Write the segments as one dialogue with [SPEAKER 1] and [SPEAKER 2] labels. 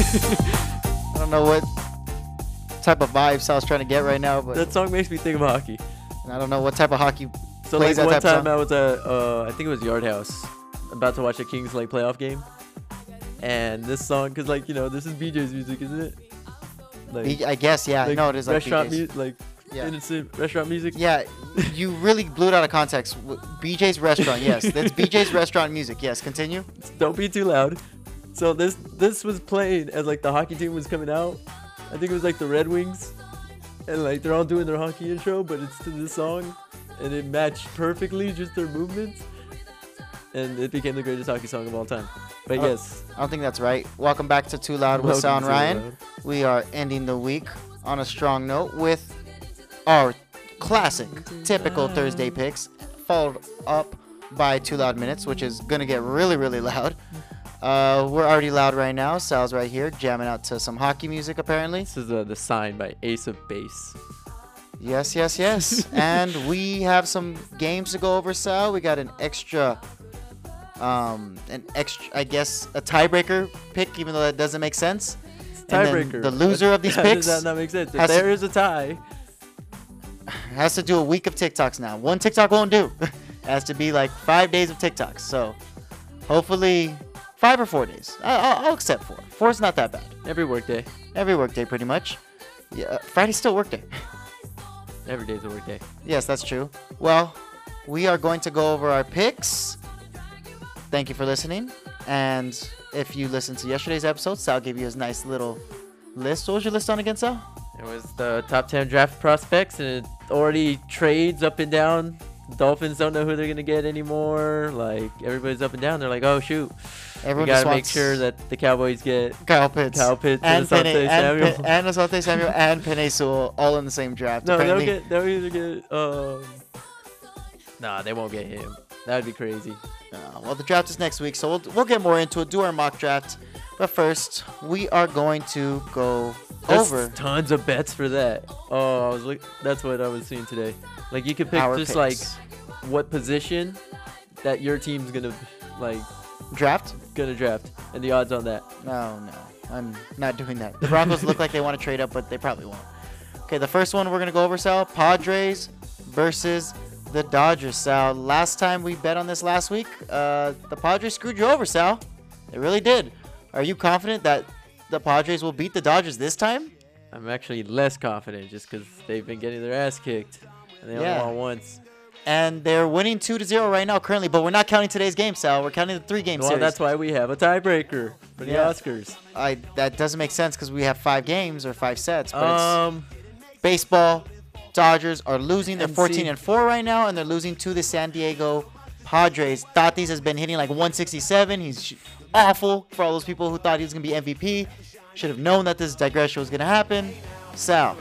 [SPEAKER 1] I don't know what type of vibes I was trying to get right now, but
[SPEAKER 2] That song makes me think of hockey.
[SPEAKER 1] and I don't know what type of hockey.
[SPEAKER 2] So
[SPEAKER 1] plays
[SPEAKER 2] like
[SPEAKER 1] that
[SPEAKER 2] one
[SPEAKER 1] type of
[SPEAKER 2] time
[SPEAKER 1] song.
[SPEAKER 2] I was at uh, I think it was Yard House, about to watch a Kings like playoff game, and this song, cause like you know this is BJ's music, isn't it? Like,
[SPEAKER 1] B- I guess, yeah.
[SPEAKER 2] like
[SPEAKER 1] no, it is like
[SPEAKER 2] restaurant
[SPEAKER 1] BJ's.
[SPEAKER 2] music, like
[SPEAKER 1] Yeah.
[SPEAKER 2] innocent restaurant music.
[SPEAKER 1] Yeah, you really blew it out of context. W- BJ's restaurant, yes. That's BJ's restaurant music. Yes, continue.
[SPEAKER 2] Don't be too loud. So this this was played as like the hockey team was coming out. I think it was like the Red Wings, and like they're all doing their hockey intro, but it's to this song, and it matched perfectly just their movements, and it became the greatest hockey song of all time. But
[SPEAKER 1] Oh,
[SPEAKER 2] yes,
[SPEAKER 1] I don't think that's right. Welcome back to Too Loud with
[SPEAKER 2] Welcome
[SPEAKER 1] Sound
[SPEAKER 2] to
[SPEAKER 1] Ryan.
[SPEAKER 2] Loud.
[SPEAKER 1] We are ending the week on a strong note with our classic, typical Thursday picks, followed up by Too Loud Minutes, which is going to get really, really loud. Uh, we're already loud right now. Sal's right here, jamming out to some hockey music, apparently.
[SPEAKER 2] This is uh, the sign by Ace of Base.
[SPEAKER 1] Yes, yes, yes. and we have some games to go over, Sal. We got an extra, um, an extra, I guess, a tiebreaker pick, even though that doesn't make sense. And then
[SPEAKER 2] Tiebreaker.
[SPEAKER 1] The loser of these
[SPEAKER 2] How
[SPEAKER 1] picks
[SPEAKER 2] Does that not make sense? If
[SPEAKER 1] has to-
[SPEAKER 2] there is a tie,
[SPEAKER 1] has to do a week of TikToks now. One TikTok won't do. it has to be like five days of TikToks. So hopefully five or four days. I- I'll, I'll accept four. Four's not that bad.
[SPEAKER 2] every workday,
[SPEAKER 1] Every workday, pretty much. Yeah, uh, Friday's still workday.
[SPEAKER 2] every day's a workday.
[SPEAKER 1] Yes, that's true. Well, we are going to go over our picks. Thank you for listening. And if you listened to yesterday's episode, Sal gave you his nice little list. What was your list on again, Sal?
[SPEAKER 2] It was the top 10 draft prospects, and it already trades up and down. Dolphins don't know who they're going to get anymore. Like, everybody's up and down. They're like, oh, shoot.
[SPEAKER 1] Everyone
[SPEAKER 2] we got
[SPEAKER 1] just
[SPEAKER 2] to make
[SPEAKER 1] wants-
[SPEAKER 2] sure that the Cowboys get.
[SPEAKER 1] Kyle Pitts.
[SPEAKER 2] Kyle Pitts
[SPEAKER 1] and
[SPEAKER 2] and Asante
[SPEAKER 1] Penny, and,
[SPEAKER 2] Samuel.
[SPEAKER 1] Pe- and Asante Samuel and Penny Sewell all in the same draft.
[SPEAKER 2] No, they'll
[SPEAKER 1] apparently.
[SPEAKER 2] get. They'll either get. Um... Nah, they won't get him. That'd be crazy.
[SPEAKER 1] Uh, well, the draft is next week, so we'll, we'll get more into it, do our mock draft. But first, we are going to go
[SPEAKER 2] There's
[SPEAKER 1] over.
[SPEAKER 2] tons of bets for that. Oh, I was look. That's what I was seeing today. Like you could pick
[SPEAKER 1] Our
[SPEAKER 2] just
[SPEAKER 1] picks.
[SPEAKER 2] like what position that your team's gonna like
[SPEAKER 1] Draft?
[SPEAKER 2] gonna draft, and the odds on that.
[SPEAKER 1] No, no. I'm not doing that. The Broncos look like they want to trade up, but they probably won't. Okay, the first one we're going to go over, Sal Padres versus the Dodgers, Sal. Last time we bet on this last week, uh, the Padres screwed you over, Sal. They really did. Are you confident that the Padres will beat the Dodgers this time?
[SPEAKER 2] I'm actually less confident just because they've been getting their ass kicked, and they
[SPEAKER 1] Yeah.
[SPEAKER 2] only won once.
[SPEAKER 1] And they're winning 2 to 0 right now currently, but we're not counting today's game, Sal. We're counting the three game
[SPEAKER 2] Well,
[SPEAKER 1] series.
[SPEAKER 2] that's why we have a tiebreaker for the
[SPEAKER 1] Yeah.
[SPEAKER 2] Oscars.
[SPEAKER 1] I, that doesn't make sense because we have five games or five sets, but it's.
[SPEAKER 2] Um,
[SPEAKER 1] baseball Dodgers are losing. They're
[SPEAKER 2] And
[SPEAKER 1] 14
[SPEAKER 2] see-
[SPEAKER 1] and 4 right now, and they're losing to the San Diego Padres. Tatis has been hitting like 167. He's sh- awful for all those people who thought he was going to be MVP. Should have known that this digression was going to happen. Sal,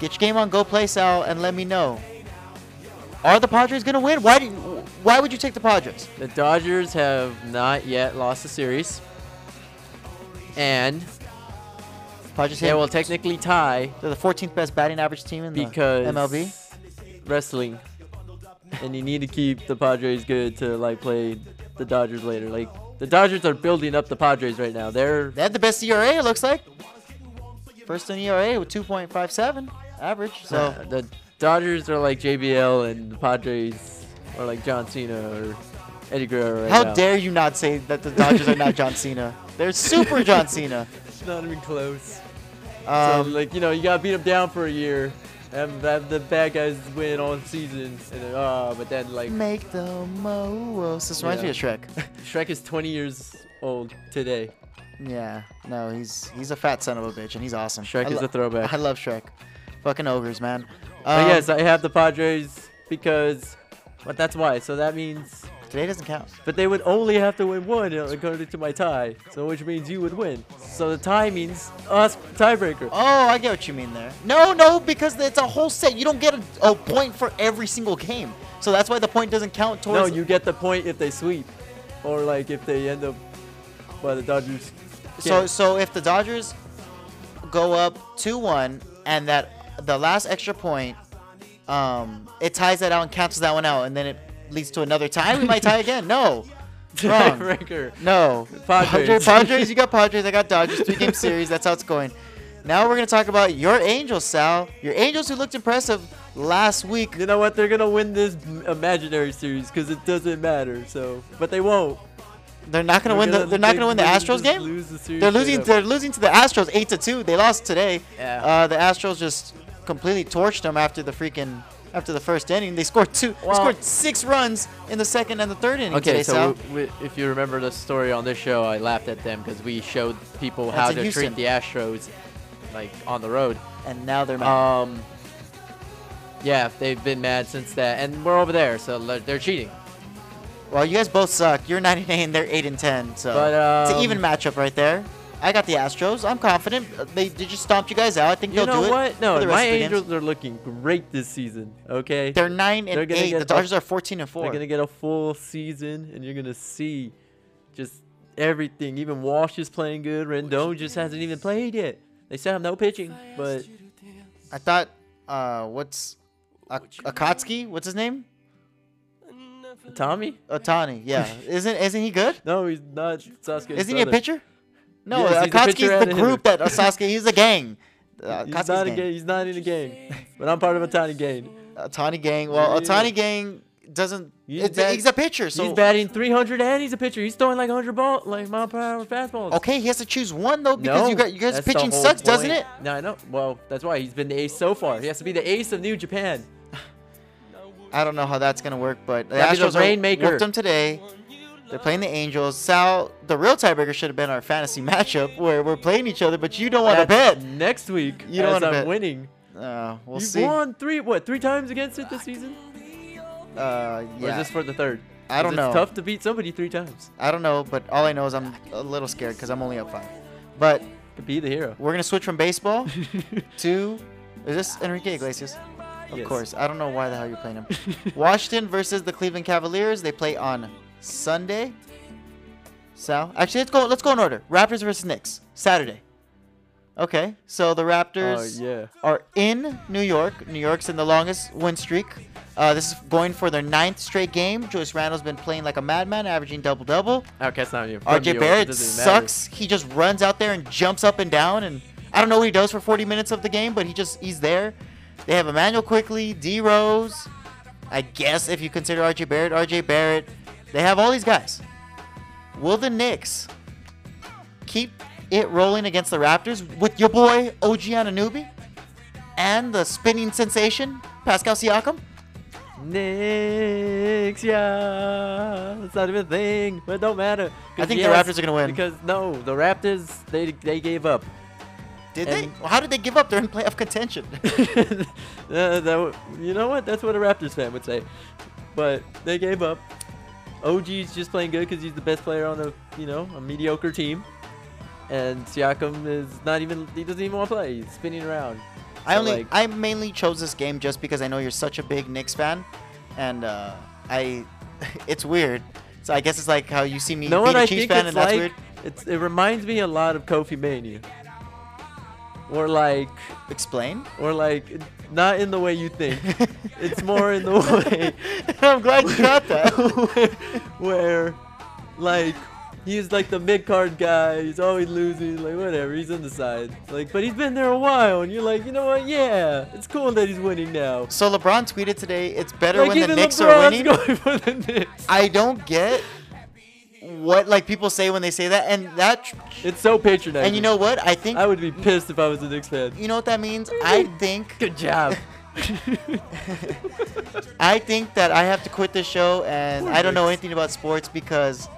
[SPEAKER 1] get your game on. Go play, Sal, and let me know. Are the Padres going to win? Why, do you, why would you take the Padres?
[SPEAKER 2] the Dodgers have not yet lost a series, and
[SPEAKER 1] Padres
[SPEAKER 2] they
[SPEAKER 1] hit-
[SPEAKER 2] will technically tie
[SPEAKER 1] they're the 14th best batting average team in
[SPEAKER 2] because
[SPEAKER 1] the MLB.
[SPEAKER 2] wrestling, and you need to keep the Padres good to like play the Dodgers later. Like the Dodgers are building up the Padres right now. They're
[SPEAKER 1] They had the best ERA, it looks like. First in ERA with 2.57 average. So
[SPEAKER 2] Uh, the Dodgers are like JBL and the Padres are like John Cena or Eddie Guerrero right
[SPEAKER 1] how
[SPEAKER 2] now.
[SPEAKER 1] dare you not say that the Dodgers are not John Cena? They're super John Cena.
[SPEAKER 2] It's not even close. so
[SPEAKER 1] Um,
[SPEAKER 2] like you know you gotta beat them down for a year, and have the bad guys win all season, and then, uh, but then like
[SPEAKER 1] make the moos. This reminds me of Shrek.
[SPEAKER 2] Shrek is 20 years old today.
[SPEAKER 1] yeah, no, he's he's a fat son of a bitch, and he's awesome.
[SPEAKER 2] Shrek
[SPEAKER 1] I
[SPEAKER 2] is a throwback.
[SPEAKER 1] I love Shrek. Fucking ogres, man.
[SPEAKER 2] but
[SPEAKER 1] Um,
[SPEAKER 2] yes, I have the Padres because, but that's why. So that means,
[SPEAKER 1] today doesn't count.
[SPEAKER 2] but they would only have to win one uh, according to my tie. So which means you would win. So the tie means us tiebreaker.
[SPEAKER 1] Oh, I get what you mean there. No, no, because it's a whole set. You don't get a, a point for every single game, so that's why the point doesn't count
[SPEAKER 2] No,
[SPEAKER 1] towards.
[SPEAKER 2] you get the point if they sweep, or like if they end up by the Dodgers.
[SPEAKER 1] So
[SPEAKER 2] Yeah.
[SPEAKER 1] so if the Dodgers go up two one and that the last extra point, um, it ties that out and cancels that one out, and then it leads to another tie. We might tie again. No, Wrong.
[SPEAKER 2] Tiebreaker.
[SPEAKER 1] No.
[SPEAKER 2] Padres.
[SPEAKER 1] Padres. Padres, you got Padres, I got Dodgers. Three game series. That's how it's going. Now we're going to talk about your Angels, Sal. Your Angels who looked impressive last week.
[SPEAKER 2] You know what? They're gonna win this imaginary series because it doesn't matter. So, but they won't.
[SPEAKER 1] They're not going to win the they're not going to win the Astros game. They're losing. They're losing to the Astros, eight to two. They lost today.
[SPEAKER 2] Yeah.
[SPEAKER 1] Uh, the Astros just completely torched them after the freaking after the first inning. They scored two.
[SPEAKER 2] Well-
[SPEAKER 1] they scored six runs in the second and the third inning
[SPEAKER 2] Okay,
[SPEAKER 1] today, Sal.
[SPEAKER 2] so we, we, if you remember the story on this show, I laughed at them because we showed people
[SPEAKER 1] That's
[SPEAKER 2] how
[SPEAKER 1] in
[SPEAKER 2] to
[SPEAKER 1] Houston.
[SPEAKER 2] treat the Astros, like on the road.
[SPEAKER 1] and now they're mad.
[SPEAKER 2] Um, yeah, they've been mad since that, and we're over there, so le- they're cheating.
[SPEAKER 1] well, you guys both suck. You're 9 and 8, and they're 8 and 10. So
[SPEAKER 2] But,
[SPEAKER 1] it's an
[SPEAKER 2] um,
[SPEAKER 1] even matchup right there. I got the Astros. I'm confident. Uh, They, they just stomped you guys out. I think
[SPEAKER 2] You
[SPEAKER 1] they'll
[SPEAKER 2] know
[SPEAKER 1] do it.
[SPEAKER 2] what? No,
[SPEAKER 1] for the rest
[SPEAKER 2] my
[SPEAKER 1] of the games.
[SPEAKER 2] Angels are looking great this season. Okay,
[SPEAKER 1] They're 9
[SPEAKER 2] they're
[SPEAKER 1] and
[SPEAKER 2] gonna
[SPEAKER 1] 8.
[SPEAKER 2] get
[SPEAKER 1] The
[SPEAKER 2] the-
[SPEAKER 1] Dodgers are 14 and 4.
[SPEAKER 2] They're gonna get a full season, and you're gonna see just everything. Even Walsh is playing good. Rendon just hasn't even played yet. They said I'm no pitching, but
[SPEAKER 1] I thought, uh, what's Ak- Akatsuki? What's his name?
[SPEAKER 2] Tommy?
[SPEAKER 1] Otani. Yeah. Isn't isn't he good?
[SPEAKER 2] No, he's not Sasuke.
[SPEAKER 1] Isn't he a pitcher? No,
[SPEAKER 2] Yes, he's a pitcher
[SPEAKER 1] Akatsuki's
[SPEAKER 2] and
[SPEAKER 1] the
[SPEAKER 2] a
[SPEAKER 1] group that uh, Sasuke. He's a gang. Uh,
[SPEAKER 2] He's
[SPEAKER 1] Akatsuki's
[SPEAKER 2] not a
[SPEAKER 1] gang.
[SPEAKER 2] game. He's not in a game. But I'm part of a tiny game.
[SPEAKER 1] Otani gang. Well,
[SPEAKER 2] Yeah.
[SPEAKER 1] Otani gang doesn't.
[SPEAKER 2] He's
[SPEAKER 1] it's-
[SPEAKER 2] bad-
[SPEAKER 1] he's a pitcher, so
[SPEAKER 2] he's batting 300 and he's a pitcher. He's throwing like 100 ball, like mile per hour fastballs.
[SPEAKER 1] Okay, he has to choose one though because
[SPEAKER 2] no,
[SPEAKER 1] you got you guys
[SPEAKER 2] that's the
[SPEAKER 1] pitching
[SPEAKER 2] whole
[SPEAKER 1] sucks, doesn't
[SPEAKER 2] point.
[SPEAKER 1] it?
[SPEAKER 2] No, I know. Well, that's why he's been the ace so far. He has to be the ace of New Japan.
[SPEAKER 1] I don't know how that's gonna work, but the
[SPEAKER 2] That'd be the
[SPEAKER 1] Astros are-
[SPEAKER 2] rainmaker.
[SPEAKER 1] whooped them today. They're playing the Angels. Sal, the real tiebreaker should have been our fantasy matchup where we're playing each other, but you don't want to
[SPEAKER 2] That's
[SPEAKER 1] bet.
[SPEAKER 2] next week.
[SPEAKER 1] You don't
[SPEAKER 2] as
[SPEAKER 1] wanna
[SPEAKER 2] I'm
[SPEAKER 1] bet.
[SPEAKER 2] winning.
[SPEAKER 1] Uh, we'll
[SPEAKER 2] you
[SPEAKER 1] see.
[SPEAKER 2] won three what three times against it this season?
[SPEAKER 1] Uh,
[SPEAKER 2] Or is
[SPEAKER 1] yeah,
[SPEAKER 2] this for the third?
[SPEAKER 1] I don't
[SPEAKER 2] 'Cause
[SPEAKER 1] know.
[SPEAKER 2] It's tough to beat somebody three times.
[SPEAKER 1] I don't know, but all I know is I'm a little scared because I'm only up five. But
[SPEAKER 2] Be the hero.
[SPEAKER 1] we're gonna switch from baseball to is this Enrique Iglesias? Of
[SPEAKER 2] Yes.
[SPEAKER 1] course. I don't know why the hell you're playing him. Washington versus the Cleveland Cavaliers. They play on Sunday. So actually, let's go. Let's go in order. Raptors versus Knicks Saturday. Okay, so the
[SPEAKER 2] Oh
[SPEAKER 1] Raptors
[SPEAKER 2] yeah.
[SPEAKER 1] are in New York. New York's in the longest win streak. Uh, this is going for their ninth straight game. Joyce Randall's been playing like a madman, averaging double double.
[SPEAKER 2] Okay, it's Oh, not you. From New York,
[SPEAKER 1] RJ
[SPEAKER 2] it
[SPEAKER 1] Barrett
[SPEAKER 2] doesn't even matter.
[SPEAKER 1] sucks. He just runs out there and jumps up and down, and I don't know what he does for 40 minutes of the game, but he just he's there. They have Emmanuel quickly, D Rose, I guess if you consider RJ Barrett, RJ Barrett. They have all these guys. Will the Knicks keep it rolling against the Raptors with your boy OG Anunoby and the spinning sensation Pascal Siakam?
[SPEAKER 2] Knicks, yeah. It's not even a thing, but it don't matter. 'Cause
[SPEAKER 1] I think the Raptors are gonna win.
[SPEAKER 2] Because no, the Raptors they they gave up.
[SPEAKER 1] Did
[SPEAKER 2] And-
[SPEAKER 1] they? How did they give up? They're in playoff contention.
[SPEAKER 2] Uh, that w- you know what? That's what a Raptors fan would say. But they gave up. OG's just playing good because he's the best player on a you know a mediocre team, and Siakam is not even he doesn't even want to play. He's spinning around.
[SPEAKER 1] I
[SPEAKER 2] So,
[SPEAKER 1] only
[SPEAKER 2] like-
[SPEAKER 1] I mainly chose this game just because I know you're such a big Knicks fan, and uh, I it's weird. So I guess it's like how you see me
[SPEAKER 2] You know
[SPEAKER 1] being
[SPEAKER 2] what
[SPEAKER 1] a
[SPEAKER 2] I
[SPEAKER 1] Chiefs
[SPEAKER 2] think
[SPEAKER 1] fan,
[SPEAKER 2] it's
[SPEAKER 1] and that's
[SPEAKER 2] like?
[SPEAKER 1] weird.
[SPEAKER 2] It's, it reminds me a lot of Kofi Mania. Or like,
[SPEAKER 1] Explain.
[SPEAKER 2] or like, not in the way you think. it's more in the way
[SPEAKER 1] I'm glad you got that.
[SPEAKER 2] where, where, like, he's like the mid card guy. He's always losing. Like, whatever. He's on the side. Like, but he's been there a while, and you're like, you know what? Yeah, it's cool that he's winning now.
[SPEAKER 1] So LeBron tweeted today, "It's better
[SPEAKER 2] Like,
[SPEAKER 1] when the
[SPEAKER 2] even
[SPEAKER 1] Knicks
[SPEAKER 2] LeBron's
[SPEAKER 1] are winning."
[SPEAKER 2] going for the Knicks.
[SPEAKER 1] I don't get what like people say when they say that, and that tr-
[SPEAKER 2] It's so patronizing.
[SPEAKER 1] and you know what? I think
[SPEAKER 2] I would be pissed if I was a Knicks fan.
[SPEAKER 1] you know what that means. I think
[SPEAKER 2] Good job.
[SPEAKER 1] I think that I have to quit this show and
[SPEAKER 2] Poor
[SPEAKER 1] I don't know
[SPEAKER 2] Knicks.
[SPEAKER 1] anything about sports because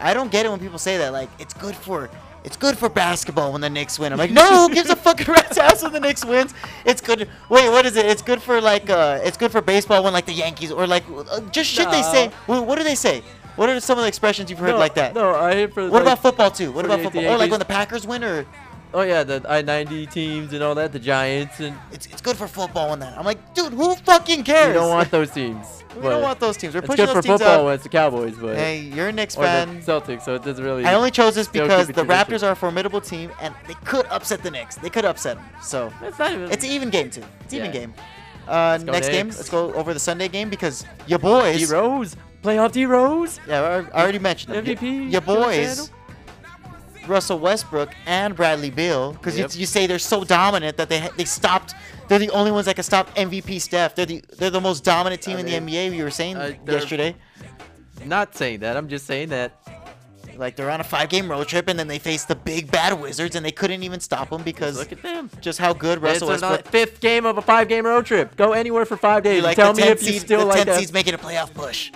[SPEAKER 1] I don't get it when people say that. Like it's good for it's good for basketball when the Knicks win. I'm like, no, who gives a fucking rat's ass when the Knicks wins? It's good. Wait, what is it? It's good for like uh, it's good for baseball when like the Yankees or like uh, just shit they say.
[SPEAKER 2] No.
[SPEAKER 1] Wh- What do they say? What are some of the expressions you've heard
[SPEAKER 2] no,
[SPEAKER 1] like that?
[SPEAKER 2] No, I hate for.
[SPEAKER 1] What
[SPEAKER 2] like,
[SPEAKER 1] about football too? What
[SPEAKER 2] for
[SPEAKER 1] about
[SPEAKER 2] the- the
[SPEAKER 1] football? Or like
[SPEAKER 2] Yankees-
[SPEAKER 1] when the Packers win, or
[SPEAKER 2] Oh yeah, the I ninety teams and all that, the Giants and
[SPEAKER 1] it's it's good for football when that. I'm like, dude, who fucking cares?
[SPEAKER 2] we don't want those teams.
[SPEAKER 1] we
[SPEAKER 2] but
[SPEAKER 1] don't want those teams. We're
[SPEAKER 2] it's
[SPEAKER 1] pushing
[SPEAKER 2] good for
[SPEAKER 1] those teams
[SPEAKER 2] football
[SPEAKER 1] out.
[SPEAKER 2] when it's the Cowboys, but
[SPEAKER 1] Hey, you're a Knicks
[SPEAKER 2] or the
[SPEAKER 1] fan.
[SPEAKER 2] Celtics, so it doesn't really.
[SPEAKER 1] I only chose this
[SPEAKER 2] Still
[SPEAKER 1] because
[SPEAKER 2] keep
[SPEAKER 1] the
[SPEAKER 2] it tradition.
[SPEAKER 1] Raptors are a formidable team, and they could upset the Knicks. They could upset them. So
[SPEAKER 2] It's not even.
[SPEAKER 1] it's E. an even game too. It's an even
[SPEAKER 2] Yeah.
[SPEAKER 1] game. Uh,
[SPEAKER 2] go
[SPEAKER 1] next game,
[SPEAKER 2] Knicks.
[SPEAKER 1] let's go over the Sunday game because your boys
[SPEAKER 2] D Rose. Playoff heroes.
[SPEAKER 1] Yeah, I I already mentioned them.
[SPEAKER 2] MVP,
[SPEAKER 1] Your
[SPEAKER 2] George
[SPEAKER 1] boys, Russell Westbrook and Bradley Beal, because
[SPEAKER 2] Yep.
[SPEAKER 1] you, you say they're so dominant that they ha- they stopped. They're the only ones that can stop MVP Steph. They're the they're the most dominant team
[SPEAKER 2] I
[SPEAKER 1] in
[SPEAKER 2] mean,
[SPEAKER 1] the NBA. You were saying
[SPEAKER 2] uh, they're-
[SPEAKER 1] yesterday,
[SPEAKER 2] Not saying that. I'm just saying that.
[SPEAKER 1] like they're on a five game road trip and then they faced the big bad Wizards and they couldn't even stop them because
[SPEAKER 2] Look at them.
[SPEAKER 1] just how good
[SPEAKER 2] It's
[SPEAKER 1] Russell Westbrook.
[SPEAKER 2] the fifth game of a five-game road trip. Go anywhere for five days.
[SPEAKER 1] You like
[SPEAKER 2] Tell
[SPEAKER 1] the
[SPEAKER 2] me
[SPEAKER 1] 10
[SPEAKER 2] if you
[SPEAKER 1] seed,
[SPEAKER 2] still
[SPEAKER 1] the
[SPEAKER 2] like
[SPEAKER 1] 10
[SPEAKER 2] that.
[SPEAKER 1] seeds making a playoff push.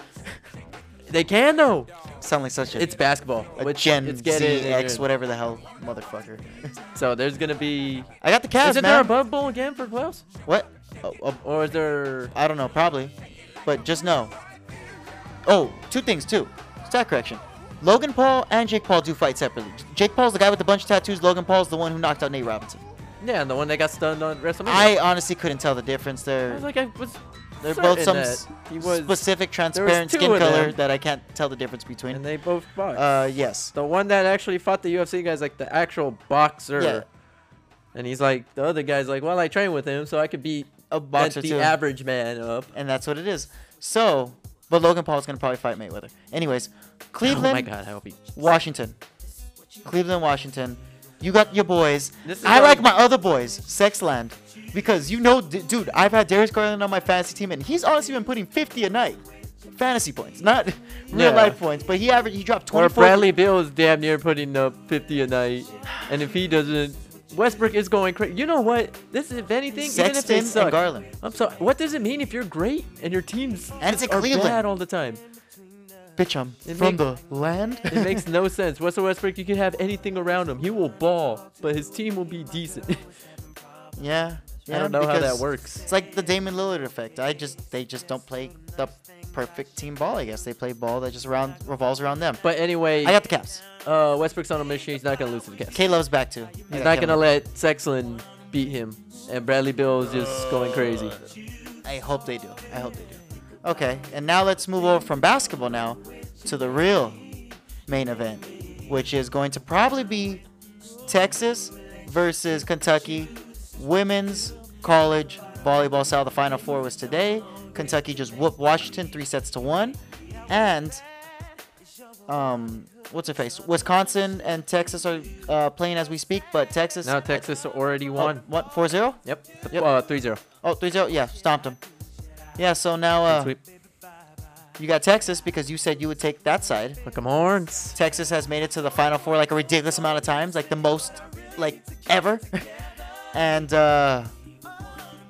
[SPEAKER 2] They can though.
[SPEAKER 1] Sound like such a
[SPEAKER 2] It's basketball.
[SPEAKER 1] a
[SPEAKER 2] which
[SPEAKER 1] Gen
[SPEAKER 2] it's
[SPEAKER 1] Z
[SPEAKER 2] getting in
[SPEAKER 1] X
[SPEAKER 2] there.
[SPEAKER 1] whatever the hell motherfucker.
[SPEAKER 2] So there's gonna be.
[SPEAKER 1] I got the Cavs,
[SPEAKER 2] Isn't
[SPEAKER 1] man.
[SPEAKER 2] there a bubble again for playoffs?
[SPEAKER 1] what? Oh, oh,
[SPEAKER 2] Or is there?
[SPEAKER 1] I don't know, probably. But just know. Oh, two things too. Stat correction. Logan Paul and Jake Paul do fight separately. Jake Paul's the guy with the bunch of tattoos. Logan Paul's the one who knocked out Nate Robinson.
[SPEAKER 2] Yeah, the one that got stunned on WrestleMania.
[SPEAKER 1] I honestly couldn't tell the difference.
[SPEAKER 2] I
[SPEAKER 1] They're
[SPEAKER 2] was like, I was.
[SPEAKER 1] they're both
[SPEAKER 2] certain
[SPEAKER 1] some
[SPEAKER 2] that he was,
[SPEAKER 1] specific transparent
[SPEAKER 2] two
[SPEAKER 1] skin
[SPEAKER 2] of them.
[SPEAKER 1] color that I can't tell the difference
[SPEAKER 2] and
[SPEAKER 1] between.
[SPEAKER 2] they both boxed.
[SPEAKER 1] Uh, yes.
[SPEAKER 2] the one that actually fought the UFC guy's like the actual boxer.
[SPEAKER 1] Yeah.
[SPEAKER 2] And he's like, the other guy's like, well, I train with him, so I could beat
[SPEAKER 1] A boxer
[SPEAKER 2] the
[SPEAKER 1] too.
[SPEAKER 2] average man up.
[SPEAKER 1] and that's what it is. So, but Logan Paul's gonna probably fight Mayweather. Anyways, Cleveland,
[SPEAKER 2] Oh my God, I hope he.
[SPEAKER 1] Washington, Cleveland, Washington. You got your boys.
[SPEAKER 2] This is
[SPEAKER 1] I
[SPEAKER 2] why-
[SPEAKER 1] like my other boys, Sexland, because you know, d- dude, I've had Darius Garland on my fantasy team, and he's honestly been putting 50 a night, fantasy points, not real
[SPEAKER 2] Yeah.
[SPEAKER 1] life points. But he averaged, he dropped
[SPEAKER 2] Or
[SPEAKER 1] 24.
[SPEAKER 2] Bradley Bill is damn near putting up 50 a night, and if he doesn't, Westbrook is going crazy. You know what? This is if anything, even if
[SPEAKER 1] Sexton
[SPEAKER 2] they
[SPEAKER 1] and
[SPEAKER 2] suck.
[SPEAKER 1] Garland.
[SPEAKER 2] I'm sorry. What does it mean if you're great and your teams
[SPEAKER 1] And it's
[SPEAKER 2] just
[SPEAKER 1] in
[SPEAKER 2] are
[SPEAKER 1] Cleveland.
[SPEAKER 2] bad all the time?
[SPEAKER 1] Bitch, I'm
[SPEAKER 2] It
[SPEAKER 1] from the land.
[SPEAKER 2] It makes no sense. Russell Westbrook, you can have anything around him. He will ball, but his team will be decent.
[SPEAKER 1] yeah, yeah.
[SPEAKER 2] I don't know how that
[SPEAKER 1] because-
[SPEAKER 2] works.
[SPEAKER 1] It's like the Damon Lillard effect. I just they just don't play the perfect team ball. I guess they play ball that just around revolves around them.
[SPEAKER 2] But anyway,
[SPEAKER 1] I got the Caps.
[SPEAKER 2] uh, Westbrook's on a mission. He's not gonna lose to the Cavs.
[SPEAKER 1] Caleb's back too. I
[SPEAKER 2] He's
[SPEAKER 1] got
[SPEAKER 2] not gonna
[SPEAKER 1] Caleb.
[SPEAKER 2] let Sexton beat him. And Bradley Bill is just going crazy.
[SPEAKER 1] I hope they do. I hope they do. Okay, and now let's move over from basketball now to the real main event, which is going to probably be Texas versus Kentucky women's college volleyball style. The final four was today. Kentucky just whooped Washington three sets to one, and um, what's her face? Wisconsin and Texas are uh, playing as we speak, but Texas
[SPEAKER 2] Now Texas already
[SPEAKER 1] oh,
[SPEAKER 2] won.
[SPEAKER 1] what four zero?
[SPEAKER 2] Yep. The,
[SPEAKER 1] Yep.
[SPEAKER 2] Uh, 3-0.
[SPEAKER 1] Oh, 3-0. Yeah, stomped him. Yeah, so now uh,
[SPEAKER 2] Sweep.
[SPEAKER 1] you got Texas because you said you would take that side.
[SPEAKER 2] Look, I'm horns.
[SPEAKER 1] Texas has made it to the Final Four like a ridiculous amount of times, like the most, like ever. and uh,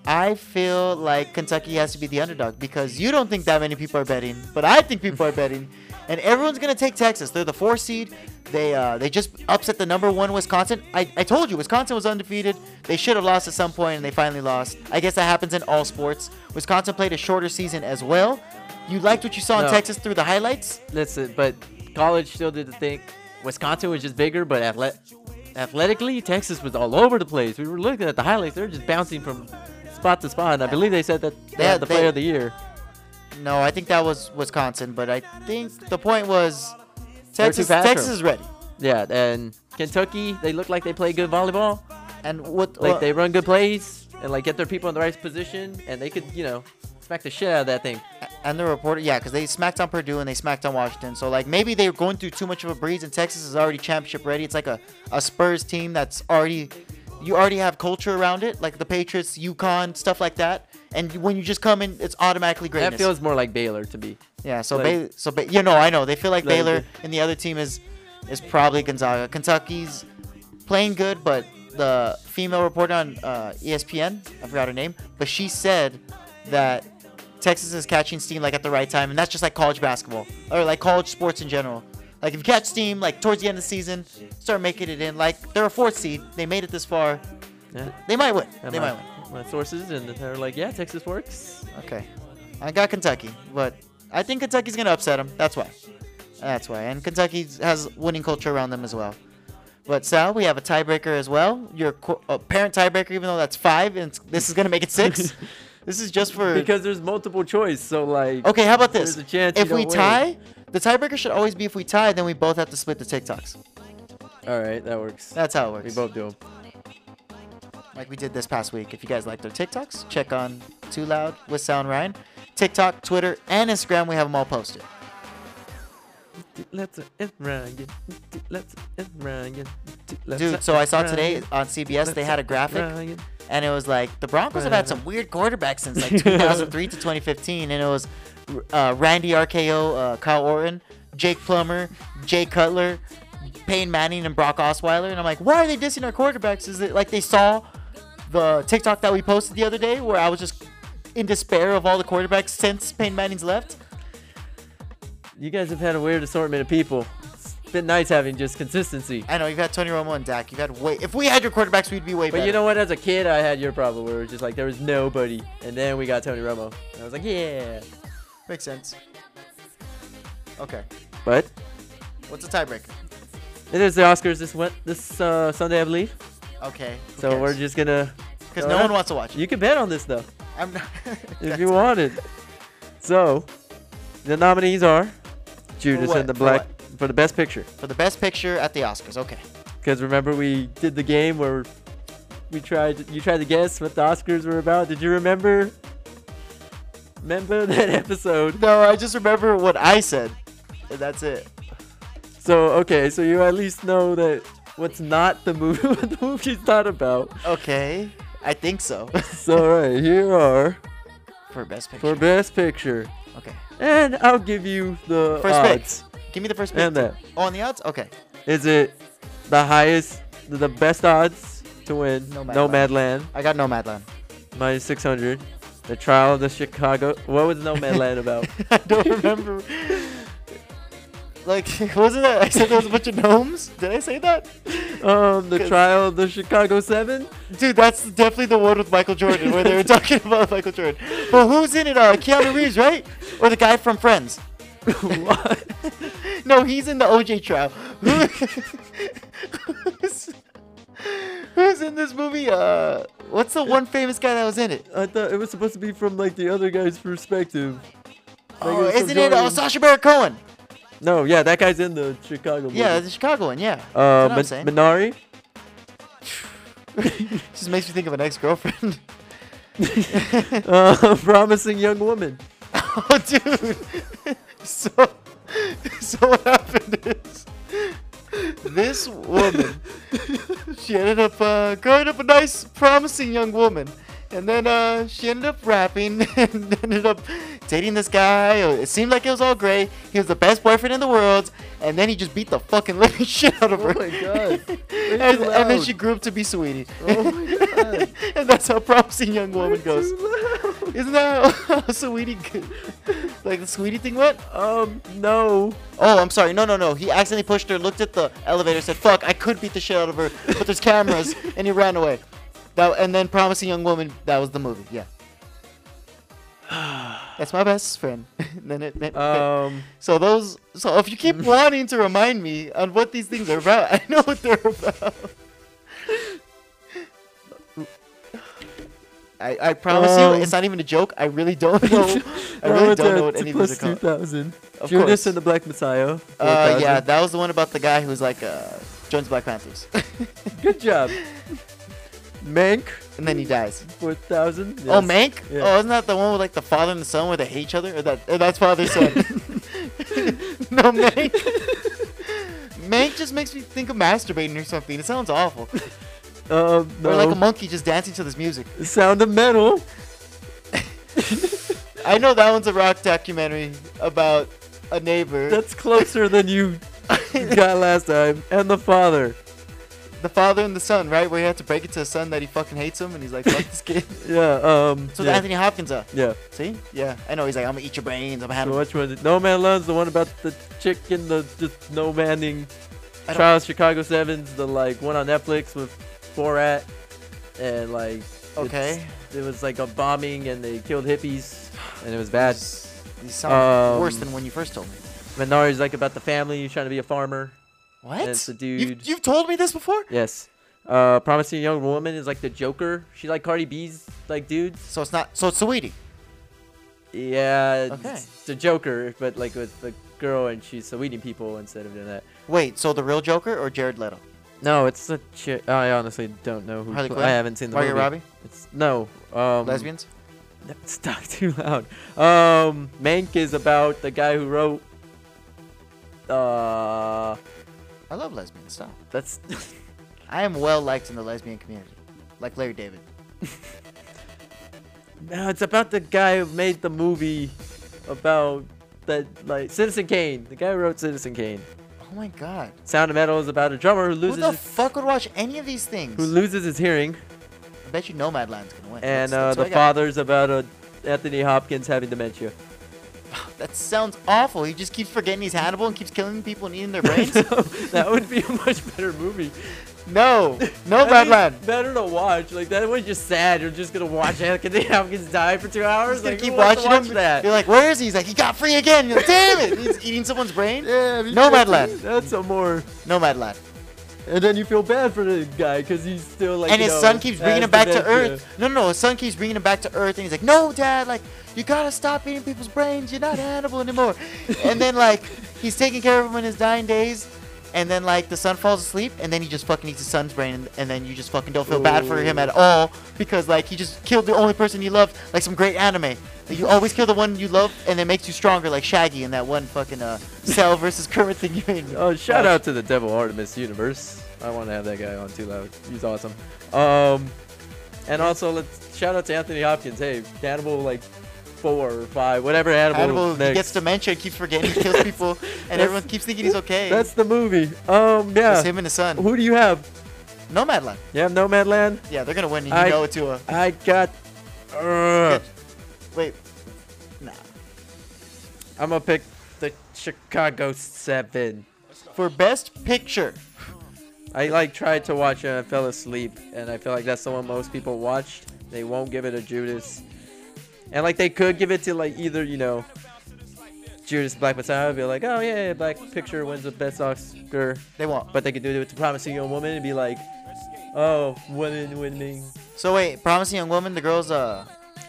[SPEAKER 1] I feel like Kentucky has to be the underdog because you don't think that many people are betting, but I think people are betting, and everyone's gonna take Texas. They're the four seed. They uh, they just upset the number one Wisconsin. I, I told you Wisconsin was undefeated. They should have lost at some point, and they finally lost. I guess that happens in all sports. Wisconsin played a shorter season as well. You liked what you saw in
[SPEAKER 2] No.
[SPEAKER 1] Texas through the highlights.
[SPEAKER 2] Listen, but college still did the thing. Wisconsin was just bigger, but athle- athletically, Texas was all over the place. We were looking at the highlights. They were just bouncing from spot to spot. And I believe they said that they
[SPEAKER 1] Yeah,
[SPEAKER 2] had the
[SPEAKER 1] they-
[SPEAKER 2] player of the year.
[SPEAKER 1] No, I think that was Wisconsin, but I think the point was Texas.
[SPEAKER 2] fast
[SPEAKER 1] Texas
[SPEAKER 2] for 'em.
[SPEAKER 1] is ready,
[SPEAKER 2] Yeah, and Kentucky, they look like they play good volleyball.
[SPEAKER 1] and what?
[SPEAKER 2] Like
[SPEAKER 1] uh,
[SPEAKER 2] they run good plays and like get their people in the right position, and they could, you know, smack the shit out of that thing.
[SPEAKER 1] and the reporter, yeah, because they smacked on Purdue and they smacked on Washington. So like maybe they're going through too much of a breeze, and Texas is already championship ready. It's like a, a Spurs team that's already you already have culture around it, like the Patriots, UConn, stuff like that. And when you just come in, it's automatically
[SPEAKER 2] That
[SPEAKER 1] greatness.
[SPEAKER 2] feels more like Baylor to be.
[SPEAKER 1] yeah. So
[SPEAKER 2] like-
[SPEAKER 1] Bay, so ba- you know, I know they feel like
[SPEAKER 2] Like-
[SPEAKER 1] Baylor, and the other team is is probably Gonzaga. Kentucky's playing good, but the female reporter on uh, ESPN, I forgot her name, but she said that Texas is catching steam like at the right time, and that's just like college basketball or like college sports in general. Like if you catch steam like towards the end of the season, start making it in. Like they're a fourth seed, they made it this far,
[SPEAKER 2] Yeah.
[SPEAKER 1] they might win.
[SPEAKER 2] And
[SPEAKER 1] They
[SPEAKER 2] my,
[SPEAKER 1] might win.
[SPEAKER 2] my sources and they're like, yeah, Texas works.
[SPEAKER 1] Okay. I got Kentucky, but I think Kentucky's going to upset them. That's why. That's why. And Kentucky has winning culture around them as well. But Sal, we have a tiebreaker as well. Your qu- apparent tiebreaker, even though that's five, and it's, this is going to make it six. this is just for.
[SPEAKER 2] Because there's multiple choice, so like.
[SPEAKER 1] okay, how about this?
[SPEAKER 2] there's a chance you
[SPEAKER 1] if we
[SPEAKER 2] don't win.
[SPEAKER 1] tie, the tiebreaker should always be if we tie, then we both have to split the TikToks.
[SPEAKER 2] All right, that works.
[SPEAKER 1] That's how it works.
[SPEAKER 2] We both do 'em.
[SPEAKER 1] like we did this past week. If you guys liked our TikToks, check on Too Loud with Sound Ryan. TikTok, Twitter, and Instagram, we have them all posted.
[SPEAKER 2] Let's and Ryan. Let's and Ryan.
[SPEAKER 1] Dude, so I saw today on CBS they had a graphic and it was like the Broncos have had some weird quarterbacks since like 2003 to 2015, and it was uh, Randy RKO, uh, Kyle Orton, Jake Plummer, Jay Cutler, Payne Manning, and Brock Osweiler, and I'm like, why are they dissing our quarterbacks? Is it like they saw the TikTok that we posted the other day where I was just in despair of all the quarterbacks since Payne Manning's left?
[SPEAKER 2] You guys have had a weird assortment of people. It's been nice having just consistency.
[SPEAKER 1] I know you've had Tony Romo and Dak. You've had way. If we had your quarterbacks, we'd be way better.
[SPEAKER 2] But you know what? As a kid, I had your problem where it was just like there was nobody, and then we got Tony Romo. And I was like, yeah.
[SPEAKER 1] makes sense. Okay,
[SPEAKER 2] But
[SPEAKER 1] what's the tiebreaker?
[SPEAKER 2] it is the Oscars this went this uh, Sunday, I believe.
[SPEAKER 1] Okay,
[SPEAKER 2] So we're just gonna.
[SPEAKER 1] because no one wants to watch it.
[SPEAKER 2] You can bet on this though.
[SPEAKER 1] I'm not.
[SPEAKER 2] if you wanted. So, the nominees are Judas
[SPEAKER 1] what?
[SPEAKER 2] and the
[SPEAKER 1] For
[SPEAKER 2] Black for, the Best Picture.
[SPEAKER 1] for the best picture at the Oscars. Okay.
[SPEAKER 2] Because remember we did the game where we tried you tried to guess what the Oscars were about. Did you remember? Remember that episode?
[SPEAKER 1] No, I just remember what I said, and that's it.
[SPEAKER 2] So okay, so you at least know that what's not the movie what the movie's not about.
[SPEAKER 1] Okay, I think so.
[SPEAKER 2] So right here are
[SPEAKER 1] for best picture.
[SPEAKER 2] for Best Picture,
[SPEAKER 1] okay.
[SPEAKER 2] and I'll give you the
[SPEAKER 1] First
[SPEAKER 2] odds.
[SPEAKER 1] pick. Give me the first pick.
[SPEAKER 2] And that.
[SPEAKER 1] Oh, on the odds. Okay.
[SPEAKER 2] Is it the highest, the best odds to win
[SPEAKER 1] Nomadland.
[SPEAKER 2] Nomadland,
[SPEAKER 1] I got Nomadland.
[SPEAKER 2] minus 600? The trial of the Chicago. What was Nomadland about?
[SPEAKER 1] I don't remember. like, wasn't that? I said there was a bunch of gnomes. Did I say that?
[SPEAKER 2] um, the
[SPEAKER 1] 'Cause-
[SPEAKER 2] trial of the Chicago Seven.
[SPEAKER 1] Dude, that's definitely the one with Michael Jordan, where they were talking about Michael Jordan. But who's in it? Uh, Keanu Reeves, right? Or the guy from Friends?
[SPEAKER 2] What?
[SPEAKER 1] No, he's in the OJ trial. Who- who's, who's in this movie? Uh, what's the one famous guy that was in it?
[SPEAKER 2] I thought it was supposed to be from like the other guy's perspective. Like,
[SPEAKER 1] Oh,
[SPEAKER 2] was from
[SPEAKER 1] isn't it? Oh,
[SPEAKER 2] Jordan.
[SPEAKER 1] Sasha Baron Cohen.
[SPEAKER 2] No, yeah, that guy's in the Chicago. Movie.
[SPEAKER 1] Yeah, the Chicago one. Yeah.
[SPEAKER 2] Uh,
[SPEAKER 1] That's what I'm
[SPEAKER 2] Min-
[SPEAKER 1] saying.
[SPEAKER 2] Minari.
[SPEAKER 1] Just makes me think of an ex-girlfriend.
[SPEAKER 2] uh, promising young woman.
[SPEAKER 1] oh, dude. so, so what happened is this woman, she ended up uh, growing up a nice, promising young woman. And then uh, she ended up rapping and ended up dating this guy. It seemed like it was all great. He was the best boyfriend in the world. And then he just beat the fucking living shit out of
[SPEAKER 2] Oh
[SPEAKER 1] her.
[SPEAKER 2] my God. Way
[SPEAKER 1] and,
[SPEAKER 2] too
[SPEAKER 1] and then
[SPEAKER 2] loud.
[SPEAKER 1] she grew up to be sweetie.
[SPEAKER 2] Oh my God.
[SPEAKER 1] and that's how promising young woman goes.
[SPEAKER 2] Too loud.
[SPEAKER 1] Isn't that how, how sweetie, g- like the sweetie thing went?
[SPEAKER 2] Um, no.
[SPEAKER 1] Oh, I'm sorry. No, no, no. He accidentally pushed her, looked at the elevator, said, "Fuck, I could beat the shit out of her, but there's cameras," and he ran away. That and then promising young woman. That was the movie. Yeah. That's my best friend. And then it- it-
[SPEAKER 2] Um,
[SPEAKER 1] so those. So if you keep wanting to remind me on what these things are about, I know what they're about. I, I promise
[SPEAKER 2] Um,
[SPEAKER 1] you, it's not even a joke. I really don't know. I really
[SPEAKER 2] Rowan
[SPEAKER 1] don't know
[SPEAKER 2] Tent
[SPEAKER 1] what
[SPEAKER 2] to
[SPEAKER 1] any of
[SPEAKER 2] plus
[SPEAKER 1] these are called.
[SPEAKER 2] 2000.
[SPEAKER 1] Of
[SPEAKER 2] Judas
[SPEAKER 1] course.
[SPEAKER 2] and the Black Messiah.
[SPEAKER 1] Uh,
[SPEAKER 2] 4000.
[SPEAKER 1] yeah, that was the one about the guy who was like uh, joins Black Panthers,
[SPEAKER 2] Good job. Mank.
[SPEAKER 1] and then he dies.
[SPEAKER 2] 4000. Yes.
[SPEAKER 1] Oh, Mank.
[SPEAKER 2] Yeah.
[SPEAKER 1] Oh, isn't that the one with like the father and the son where they hate each other? Or that or that's father son. no, Mank. Mank just makes me think of masturbating or something. It sounds awful.
[SPEAKER 2] Um, no.
[SPEAKER 1] Or like a monkey just dancing to this music.
[SPEAKER 2] Sound of Metal.
[SPEAKER 1] I know that one's a rock documentary about a neighbor.
[SPEAKER 2] That's closer than you got last time. And The Father.
[SPEAKER 1] the father and the son, right? Where he had to break it to his son that he fucking hates him, and he's like, "Fuck this kid."
[SPEAKER 2] Yeah, um.
[SPEAKER 1] So
[SPEAKER 2] yeah.
[SPEAKER 1] Anthony Hopkins, uh,
[SPEAKER 2] yeah.
[SPEAKER 1] see? Yeah, I know. He's like, "I'm gonna eat your brains. I'm gonna have."
[SPEAKER 2] So which one? Is it? No Man Love's the one about the chick and the just no manning.
[SPEAKER 1] I don't-
[SPEAKER 2] Trials Chicago Sevens, the like one on Netflix with Borat, and like it's-
[SPEAKER 1] Okay.
[SPEAKER 2] it was like a bombing and they killed hippies, and it was bad.
[SPEAKER 1] These sound
[SPEAKER 2] Um,
[SPEAKER 1] worse than when you first told me.
[SPEAKER 2] Minari's like about the family, he's trying to be a farmer.
[SPEAKER 1] What?
[SPEAKER 2] it's a
[SPEAKER 1] You've,
[SPEAKER 2] dude-
[SPEAKER 1] you've told me this before?
[SPEAKER 2] Yes. Uh, promising young woman is like the Joker. She like Cardi B's like dudes.
[SPEAKER 1] So it's not. So it's Sweetie.
[SPEAKER 2] Yeah,
[SPEAKER 1] Okay.
[SPEAKER 2] it's the Joker, but like with the girl and she's Swedish people instead of doing that.
[SPEAKER 1] Wait. So the real Joker or Jared Leto?
[SPEAKER 2] No, it's a chick. I honestly don't know who.
[SPEAKER 1] Harley
[SPEAKER 2] pl-
[SPEAKER 1] Quinn?
[SPEAKER 2] I haven't seen the
[SPEAKER 1] Margot
[SPEAKER 2] movie.
[SPEAKER 1] Robbie?
[SPEAKER 2] It's no. Um,
[SPEAKER 1] Lesbians?
[SPEAKER 2] It's not too loud. Um, Mank is about the guy who wrote Uh,
[SPEAKER 1] I love lesbians. Stop.
[SPEAKER 2] that's
[SPEAKER 1] I am well liked in the lesbian community, like Larry David.
[SPEAKER 2] no. It's about the guy who made the movie about that, like Citizen Kane. The guy who wrote Citizen Kane.
[SPEAKER 1] Oh my god.
[SPEAKER 2] Sound of Metal is about a drummer who
[SPEAKER 1] Who
[SPEAKER 2] loses
[SPEAKER 1] the
[SPEAKER 2] his,
[SPEAKER 1] fuck would watch any of these things?
[SPEAKER 2] who loses his hearing,
[SPEAKER 1] I bet you Nomadland's gonna win.
[SPEAKER 2] and
[SPEAKER 1] That's-
[SPEAKER 2] uh,
[SPEAKER 1] that's
[SPEAKER 2] the
[SPEAKER 1] what I got.
[SPEAKER 2] father's about a Anthony Hopkins having dementia.
[SPEAKER 1] That sounds awful. He just keeps forgetting he's Hannibal and keeps killing people and eating their brains.
[SPEAKER 2] that would be a much better movie.
[SPEAKER 1] no,
[SPEAKER 2] I mean,
[SPEAKER 1] Nomadland.
[SPEAKER 2] it's better to watch. Like that one's just sad. You're just gonna watch Anthony Hopkins die for two hours.
[SPEAKER 1] Just gonna
[SPEAKER 2] like,
[SPEAKER 1] keep
[SPEAKER 2] who wants
[SPEAKER 1] watching
[SPEAKER 2] to
[SPEAKER 1] him.
[SPEAKER 2] watch that.
[SPEAKER 1] You're like, where is he? He's like, he got free again. You're like, damn it! He's eating someone's brain.
[SPEAKER 2] Yeah, because
[SPEAKER 1] Nomadland.
[SPEAKER 2] That's a more.
[SPEAKER 1] Nomadland.
[SPEAKER 2] And then you feel bad for the guy because he's still like.
[SPEAKER 1] and
[SPEAKER 2] you
[SPEAKER 1] his
[SPEAKER 2] know,
[SPEAKER 1] son keeps bringing
[SPEAKER 2] has
[SPEAKER 1] him back to
[SPEAKER 2] dementia.
[SPEAKER 1] Earth. No, no, no, his son keeps bringing him back to Earth, and he's like, "No, Dad, like you gotta stop eating people's brains. You're not Hannibal anymore." and then like he's taking care of him in his dying days, and then like the son falls asleep, and then he just fucking eats his son's brain, and, and then you just fucking don't feel bad for him
[SPEAKER 2] Ooh.
[SPEAKER 1] at all because like he just killed the only person he loved, like some great anime. Like, you always kill the one you love, and it makes you stronger, like Shaggy in that one fucking uh, Cell versus Kermit thing you made. me
[SPEAKER 2] Oh, shout
[SPEAKER 1] watch.
[SPEAKER 2] out to the Devil Artemis universe. I want to have that guy on too loud. He's awesome. Um, and also let's shout out to Anthony Hopkins. Hey, Hannibal like four or five, whatever Hannibal.
[SPEAKER 1] Hannibal he
[SPEAKER 2] Oh, next.
[SPEAKER 1] gets dementia, keeps forgetting, he kills people, and
[SPEAKER 2] That's-
[SPEAKER 1] everyone keeps thinking he's okay.
[SPEAKER 2] That's the movie. Um,
[SPEAKER 1] It's
[SPEAKER 2] yeah.
[SPEAKER 1] him and his son.
[SPEAKER 2] Who do you have?
[SPEAKER 1] Nomadland.
[SPEAKER 2] You have Nomadland.
[SPEAKER 1] Yeah, they're gonna win. You
[SPEAKER 2] I- Oh.
[SPEAKER 1] know it to a.
[SPEAKER 2] I got. Ugh.
[SPEAKER 1] Wait. Nah.
[SPEAKER 2] I'm gonna pick the Chicago Seven.
[SPEAKER 1] For best picture,
[SPEAKER 2] I like tried to watch it and I fell asleep, and I feel like that's the one most people watched. They won't give it to Judas, and like they could give it to like either you know Judas Black Messiah, would be like, oh yeah, Black Picture wins the best Oscar,
[SPEAKER 1] they won't.
[SPEAKER 2] but they could do it to Promising Young Woman and be like, oh, women winning,
[SPEAKER 1] So wait, promising young woman. The girl's uh.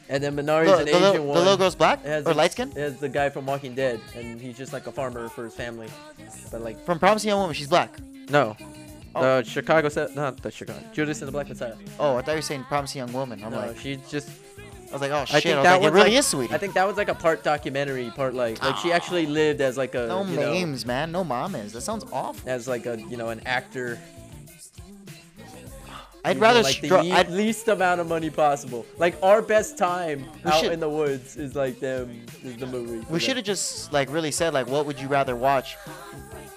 [SPEAKER 2] and then
[SPEAKER 1] The,
[SPEAKER 2] Minari's
[SPEAKER 1] the,
[SPEAKER 2] an
[SPEAKER 1] little-
[SPEAKER 2] Asian
[SPEAKER 1] the
[SPEAKER 2] one.
[SPEAKER 1] little girl's black
[SPEAKER 2] It has
[SPEAKER 1] or
[SPEAKER 2] the-
[SPEAKER 1] light skin.
[SPEAKER 2] it has the guy from Walking Dead, and he's just like a farmer for his family, but like
[SPEAKER 1] From promising young woman, she's black.
[SPEAKER 2] no.
[SPEAKER 1] Oh.
[SPEAKER 2] The Chicago set, not the Chicago. Judas and the Black Messiah.
[SPEAKER 1] Oh, I thought you were saying promising young woman. I'm
[SPEAKER 2] no,
[SPEAKER 1] like,
[SPEAKER 2] she just
[SPEAKER 1] I was like, oh
[SPEAKER 2] I
[SPEAKER 1] shit.
[SPEAKER 2] think
[SPEAKER 1] I was
[SPEAKER 2] that
[SPEAKER 1] like, it
[SPEAKER 2] one's
[SPEAKER 1] really
[SPEAKER 2] like-
[SPEAKER 1] is sweetie.
[SPEAKER 2] I think that was like a part documentary, part like like she actually lived as like a
[SPEAKER 1] no
[SPEAKER 2] you know,
[SPEAKER 1] names, man. No mamas. That sounds awful.
[SPEAKER 2] as like a you know an actor.
[SPEAKER 1] I'd
[SPEAKER 2] you
[SPEAKER 1] rather
[SPEAKER 2] know, like the
[SPEAKER 1] stro-
[SPEAKER 2] le-
[SPEAKER 1] I'd,
[SPEAKER 2] least amount of money possible. Like our best time out
[SPEAKER 1] should-
[SPEAKER 2] in the woods is like them is the movie.
[SPEAKER 1] We should have just like really said like, what would you rather watch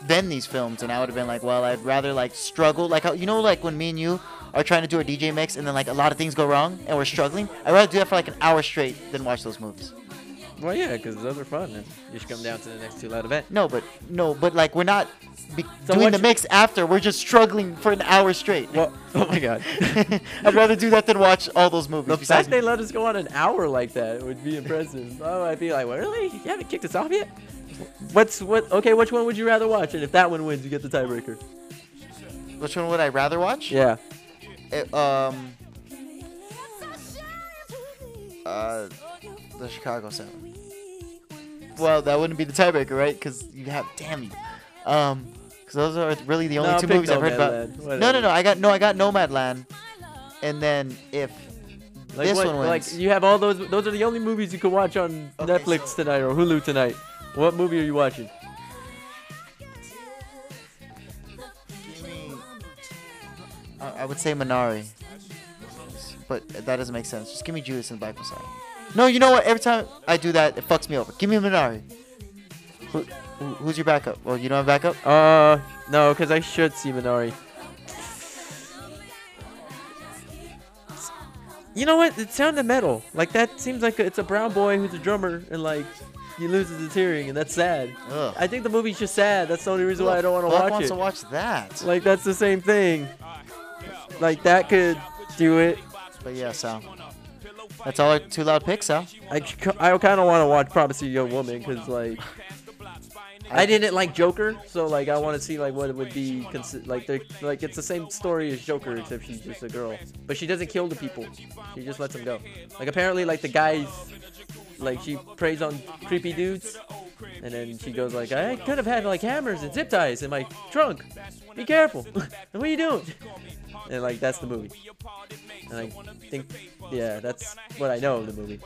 [SPEAKER 1] than these films? And I would have been like, well, I'd rather like struggle, like how you know, like when me and you are trying to do a DJ mix and then like a lot of things go wrong and we're struggling. I'd rather do that for like an hour straight than watch those movies.
[SPEAKER 2] Well, yeah, because those are fun, and you should come down to the next two loud event.
[SPEAKER 1] No, but no, but like we're not be-
[SPEAKER 2] So
[SPEAKER 1] doing the
[SPEAKER 2] what-
[SPEAKER 1] mix after. We're just struggling for an hour straight.
[SPEAKER 2] Well, oh my god.
[SPEAKER 1] I'd rather do that than watch all those movies.
[SPEAKER 2] The
[SPEAKER 1] besides
[SPEAKER 2] fact they let us go on an hour like that would be impressive. oh, I'd be like, really? You haven't kicked us off yet? What's what? Okay, which one would you rather watch? And if that one wins, you get the tiebreaker.
[SPEAKER 1] which one would I rather watch?
[SPEAKER 2] Yeah.
[SPEAKER 1] It- um, uh, the Chicago Seven. Well, that wouldn't be the tiebreaker, right? Because you have damn you. Um, because those are really the only
[SPEAKER 2] No,
[SPEAKER 1] two
[SPEAKER 2] pick
[SPEAKER 1] movies I've heard
[SPEAKER 2] Nomadland,
[SPEAKER 1] about. No, no,
[SPEAKER 2] whatever.
[SPEAKER 1] no. I got no. I got Nomadland, and then if
[SPEAKER 2] Like
[SPEAKER 1] this
[SPEAKER 2] what-
[SPEAKER 1] one
[SPEAKER 2] Like
[SPEAKER 1] wins,
[SPEAKER 2] you have all those. Those are the only movies you can watch on
[SPEAKER 1] Okay,
[SPEAKER 2] Netflix
[SPEAKER 1] so-
[SPEAKER 2] tonight or Hulu tonight. What movie are you watching?
[SPEAKER 1] give me- I, I would say Minari, but that doesn't make sense. Just give me Judas and the Black Messiah. No, you know what? Every time I do that, it fucks me over. Give me Minari. Who, who, who's your backup? Well, you don't have backup.
[SPEAKER 2] Uh, no, because I should see Minari. You know what? It sounded metal. Like that seems like it's a brown boy who's a drummer and like he loses his hearing and that's sad.
[SPEAKER 1] Ugh.
[SPEAKER 2] I think the movie's just sad. That's the only reason why I don't want
[SPEAKER 1] Who the fuck
[SPEAKER 2] to
[SPEAKER 1] wants
[SPEAKER 2] watch it.
[SPEAKER 1] to watch that?
[SPEAKER 2] Like that's the same thing. Like that could do it.
[SPEAKER 1] But yeah, so that's all our two loud picks, Sal.
[SPEAKER 2] I, c- I kind of want to watch Promising Young Woman because like I didn't like Joker, so like I want to see like what it would be consi- like they like it's the same story as Joker except she's just a girl, but she doesn't kill the people. She just lets them go. Like apparently like the guys like she preys on creepy dudes, and then she goes like I could have had like hammers and zip ties in my trunk. Be careful. what are you doing? And like that's the movie. And I think yeah, that's what I know of the movie.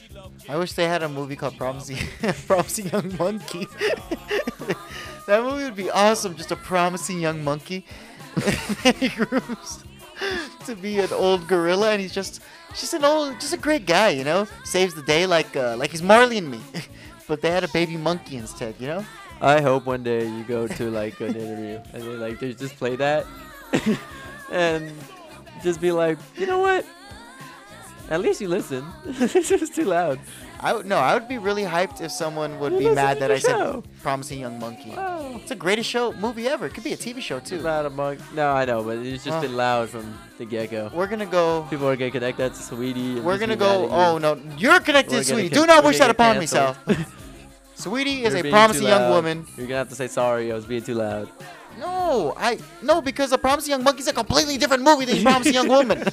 [SPEAKER 1] I wish they had a movie called Promising Promising Young Monkey. That movie would be awesome. Just a promising young monkey. and he grows to be an old gorilla, and he's just just an old, just a great guy, you know. Saves the day like uh, like he's Marley and me, but they had a baby monkey instead, you know.
[SPEAKER 2] I hope one day you go to like an interview and they like they just play that and just be like, you know what? At least you listen. it's just too loud.
[SPEAKER 1] I would no, I would be really hyped if someone would
[SPEAKER 2] Well,
[SPEAKER 1] be
[SPEAKER 2] that's
[SPEAKER 1] mad
[SPEAKER 2] the
[SPEAKER 1] that I
[SPEAKER 2] show.
[SPEAKER 1] said promising young monkey.
[SPEAKER 2] Wow.
[SPEAKER 1] It's the greatest show movie ever. It could be a TV show
[SPEAKER 2] Too
[SPEAKER 1] too.
[SPEAKER 2] loud among. No, I know, but it's just
[SPEAKER 1] Oh.
[SPEAKER 2] been loud from the get go.
[SPEAKER 1] We're gonna go.
[SPEAKER 2] People are gonna connect that to Sweetie. and
[SPEAKER 1] We're
[SPEAKER 2] just
[SPEAKER 1] gonna
[SPEAKER 2] be mad
[SPEAKER 1] go.
[SPEAKER 2] at you.
[SPEAKER 1] Oh no, you're
[SPEAKER 2] We're
[SPEAKER 1] connected,
[SPEAKER 2] gonna
[SPEAKER 1] sweetie.
[SPEAKER 2] con-
[SPEAKER 1] Do not
[SPEAKER 2] we're
[SPEAKER 1] wish that
[SPEAKER 2] gonna
[SPEAKER 1] upon
[SPEAKER 2] get
[SPEAKER 1] me, Sal.
[SPEAKER 2] canceled.
[SPEAKER 1] Sweetie is
[SPEAKER 2] You're being
[SPEAKER 1] a
[SPEAKER 2] too
[SPEAKER 1] promising young
[SPEAKER 2] loud.
[SPEAKER 1] woman.
[SPEAKER 2] You're gonna have to say sorry. I was being too loud.
[SPEAKER 1] No, I no because the promising young monkey's a completely different movie than promising young woman.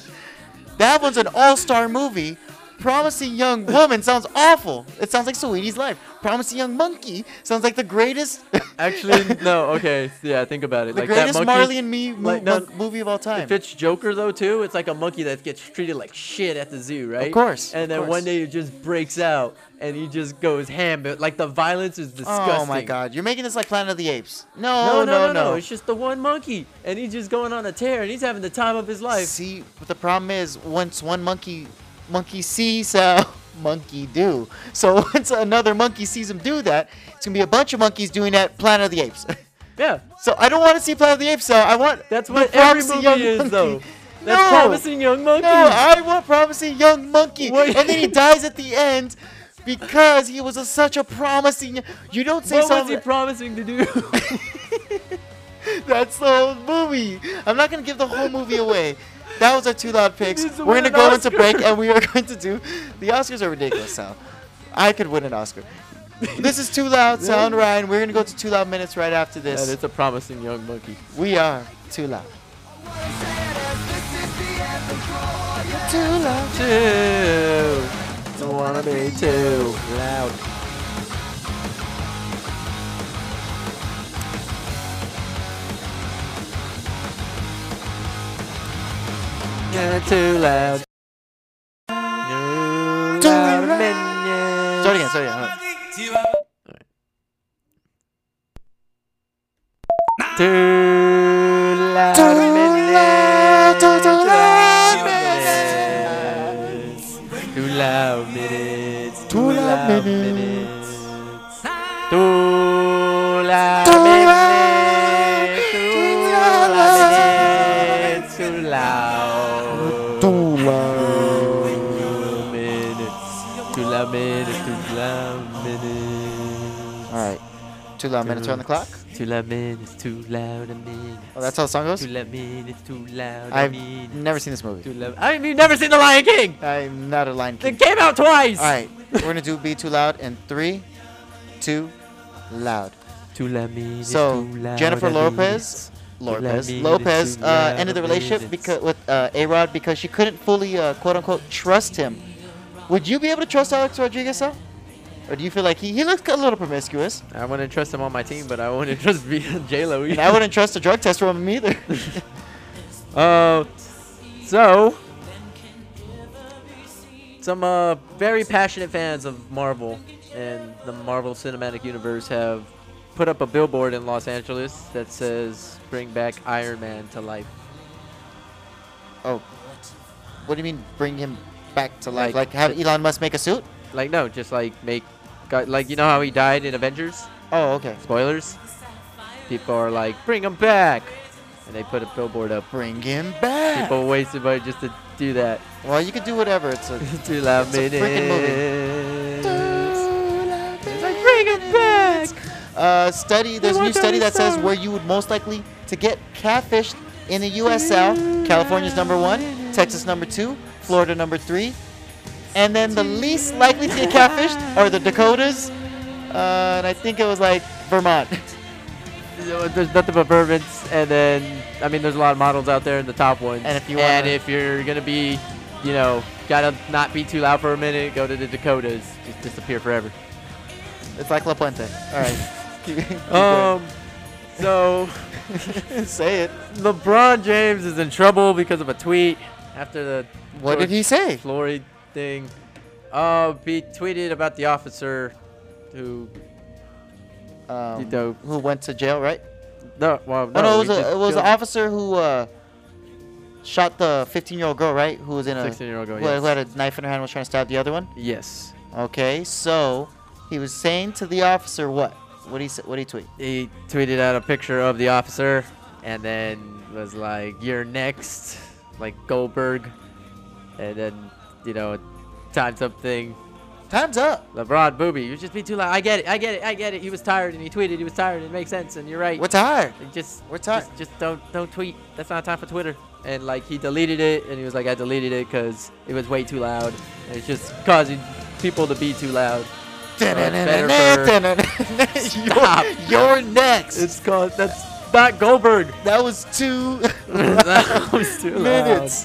[SPEAKER 1] That one's an all-star movie. Promising Young Woman sounds awful. It sounds like Sweetie's life. Promising Young Monkey sounds like the greatest
[SPEAKER 2] Actually, no. Okay, yeah. Think about it.
[SPEAKER 1] The
[SPEAKER 2] like
[SPEAKER 1] greatest
[SPEAKER 2] that monkey,
[SPEAKER 1] Marley and Me mo-
[SPEAKER 2] like, no,
[SPEAKER 1] mon- movie of all time.
[SPEAKER 2] If it's Joker though too, it's like a monkey that gets treated like shit at the zoo, right?
[SPEAKER 1] course, of
[SPEAKER 2] And then
[SPEAKER 1] course.
[SPEAKER 2] one day it just breaks out and he just goes ham. But like the violence is disgusting.
[SPEAKER 1] Oh my God! You're making this like Planet of the Apes. No,
[SPEAKER 2] No, no, no, no,
[SPEAKER 1] no.
[SPEAKER 2] It's just the one monkey, and he's just going on a tear, and he's having the time of his life.
[SPEAKER 1] See, but the problem is once one monkey, monkey sees a monkey do. So once another monkey sees him do that, it's gonna be a bunch of monkeys doing that. Planet of the Apes.
[SPEAKER 2] Yeah,
[SPEAKER 1] so I don't want to see Planet of the Apes. So I want
[SPEAKER 2] that's
[SPEAKER 1] the
[SPEAKER 2] what every
[SPEAKER 1] Promising
[SPEAKER 2] movie
[SPEAKER 1] Young
[SPEAKER 2] is,
[SPEAKER 1] Monkey.
[SPEAKER 2] though. That's
[SPEAKER 1] No.
[SPEAKER 2] promising young monkey.
[SPEAKER 1] No, I want promising young monkey,
[SPEAKER 2] What-
[SPEAKER 1] and then he dies at the end because he was a, such a promising. You don't say
[SPEAKER 2] what was
[SPEAKER 1] something.
[SPEAKER 2] he promising to do?
[SPEAKER 1] That's the whole movie. I'm not gonna give the whole movie away. That was our two loud picks.
[SPEAKER 2] needs to
[SPEAKER 1] We're
[SPEAKER 2] win
[SPEAKER 1] gonna
[SPEAKER 2] an
[SPEAKER 1] go into
[SPEAKER 2] Oscar.
[SPEAKER 1] break, and we are going to do. The Oscars are ridiculous, Sal. I could win an Oscar. This is too loud, Sal and Ryan. We're gonna go to two loud minutes right after
[SPEAKER 2] And
[SPEAKER 1] this.
[SPEAKER 2] it's a promising young monkey.
[SPEAKER 1] We are too loud. Too loud.
[SPEAKER 2] Two. Don't wanna be too loud. You're too loud. You're
[SPEAKER 1] Too
[SPEAKER 2] loud
[SPEAKER 1] loud.
[SPEAKER 2] minions.
[SPEAKER 1] Start again. Start again. hold on.
[SPEAKER 2] Too loud.
[SPEAKER 1] Too loud. Too, too loud.
[SPEAKER 2] minutes. Too loud minutes.
[SPEAKER 1] Too loud minutes.
[SPEAKER 2] Too loud
[SPEAKER 1] Too
[SPEAKER 2] minutes. Too
[SPEAKER 1] loud.
[SPEAKER 2] loud minutes. Too loud.
[SPEAKER 1] Too loud.
[SPEAKER 2] Too minutes. Too loud minutes. Too loud minutes.
[SPEAKER 1] All right. Too loud minutes on the clock.
[SPEAKER 2] Too loud minutes. Too loud a minute.
[SPEAKER 1] Oh, that's how the song goes.
[SPEAKER 2] Too loud minutes. Too loud a
[SPEAKER 1] I've
[SPEAKER 2] minute.
[SPEAKER 1] never seen this movie.
[SPEAKER 2] Too loud. I mean, you've never seen The Lion King.
[SPEAKER 1] I'm not a Lion King.
[SPEAKER 2] It came out twice.
[SPEAKER 1] All right, we're gonna do "Be Too Loud" in three, two, loud.
[SPEAKER 2] Too loud minutes.
[SPEAKER 1] So
[SPEAKER 2] too loud
[SPEAKER 1] Jennifer
[SPEAKER 2] a minute.
[SPEAKER 1] Lopez, Lopez,
[SPEAKER 2] minutes,
[SPEAKER 1] Lopez
[SPEAKER 2] too
[SPEAKER 1] uh,
[SPEAKER 2] loud
[SPEAKER 1] ended the relationship
[SPEAKER 2] minutes.
[SPEAKER 1] because with uh, A Rod because she couldn't fully uh, quote unquote trust him. Would you be able to trust Alex Rodriguez? Sal? Or do you feel like he, he looks a little promiscuous?
[SPEAKER 2] I wouldn't trust him on my team, but I wouldn't trust J Lo.
[SPEAKER 1] And I wouldn't trust a drug test from him either.
[SPEAKER 2] Uh, so some uh, very passionate fans of Marvel and the Marvel Cinematic Universe have put up a billboard in Los Angeles that says "Bring back Iron Man to life."
[SPEAKER 1] oh, what do you mean bring him back to life?
[SPEAKER 2] Like-
[SPEAKER 1] Like, have Elon Musk make a suit?
[SPEAKER 2] Like, no, just like make, got, like you know how he died in Avengers.
[SPEAKER 1] Oh, okay.
[SPEAKER 2] Spoilers. People are like, "Bring him back," and they put a billboard up.
[SPEAKER 1] Bring him back.
[SPEAKER 2] People wasted money just to do that.
[SPEAKER 1] Well, you could do whatever. It's a
[SPEAKER 2] Too loud
[SPEAKER 1] It's a freaking movie.
[SPEAKER 2] minutes.
[SPEAKER 1] It's
[SPEAKER 2] like, bring it back.
[SPEAKER 1] Uh, study. There's a new
[SPEAKER 2] want
[SPEAKER 1] study
[SPEAKER 2] that
[SPEAKER 1] that says
[SPEAKER 2] song.
[SPEAKER 1] where you would most likely to get catfished in the U.S. South. California's number one, Texas number two, Florida number three, and then the least likely to get catfished are the Dakotas, uh, and I think it was like Vermont.
[SPEAKER 2] There's nothing but bourbons, and then I mean, there's a lot of models out there in the top ones.
[SPEAKER 1] And if you
[SPEAKER 2] and
[SPEAKER 1] wanna-
[SPEAKER 2] if you're gonna be, you know, gotta not be too loud for a minute, go to the Dakotas, just disappear forever.
[SPEAKER 1] It's like La Puente. All right. Keep- keep
[SPEAKER 2] Um,
[SPEAKER 1] going.
[SPEAKER 2] so
[SPEAKER 1] say it.
[SPEAKER 2] LeBron James is in trouble because of a tweet after the
[SPEAKER 1] What did
[SPEAKER 2] George
[SPEAKER 1] he say?
[SPEAKER 2] Floyd thing. Uh, he tweeted about the officer who
[SPEAKER 1] um,
[SPEAKER 2] Tito.
[SPEAKER 1] who went to jail, right?
[SPEAKER 2] No, well, no,
[SPEAKER 1] Oh, no, it
[SPEAKER 2] we
[SPEAKER 1] was a,
[SPEAKER 2] just
[SPEAKER 1] it was an
[SPEAKER 2] killed
[SPEAKER 1] officer who uh, shot the 15 year old girl, right? Who was in a
[SPEAKER 2] 16-year-old girl,
[SPEAKER 1] who, had- who
[SPEAKER 2] yes.
[SPEAKER 1] had a knife in her hand, was trying to stab the other one.
[SPEAKER 2] Yes.
[SPEAKER 1] Okay, so he was saying to the officer what? What he what he tweet?
[SPEAKER 2] He tweeted out a picture of the officer and then was like, You're next, like Goldberg. And then, you know, times up thing.
[SPEAKER 1] Time's up.
[SPEAKER 2] LeBron booby, you just be too loud. I get it, I get it, I get it. He was tired and he tweeted, he was tired, it makes sense, and you're right.
[SPEAKER 1] We're tired.
[SPEAKER 2] And Just,
[SPEAKER 1] We're tired.
[SPEAKER 2] Just, just don't, don't tweet. That's not time for Twitter. And like he deleted it, and he was like, I deleted it because it was way too loud. And it's just causing people to be too loud.
[SPEAKER 1] Stop.
[SPEAKER 2] Stop.
[SPEAKER 1] You're next.
[SPEAKER 2] It's caused. That's not Goldberg.
[SPEAKER 1] that was two
[SPEAKER 2] that was too loud.
[SPEAKER 1] minutes.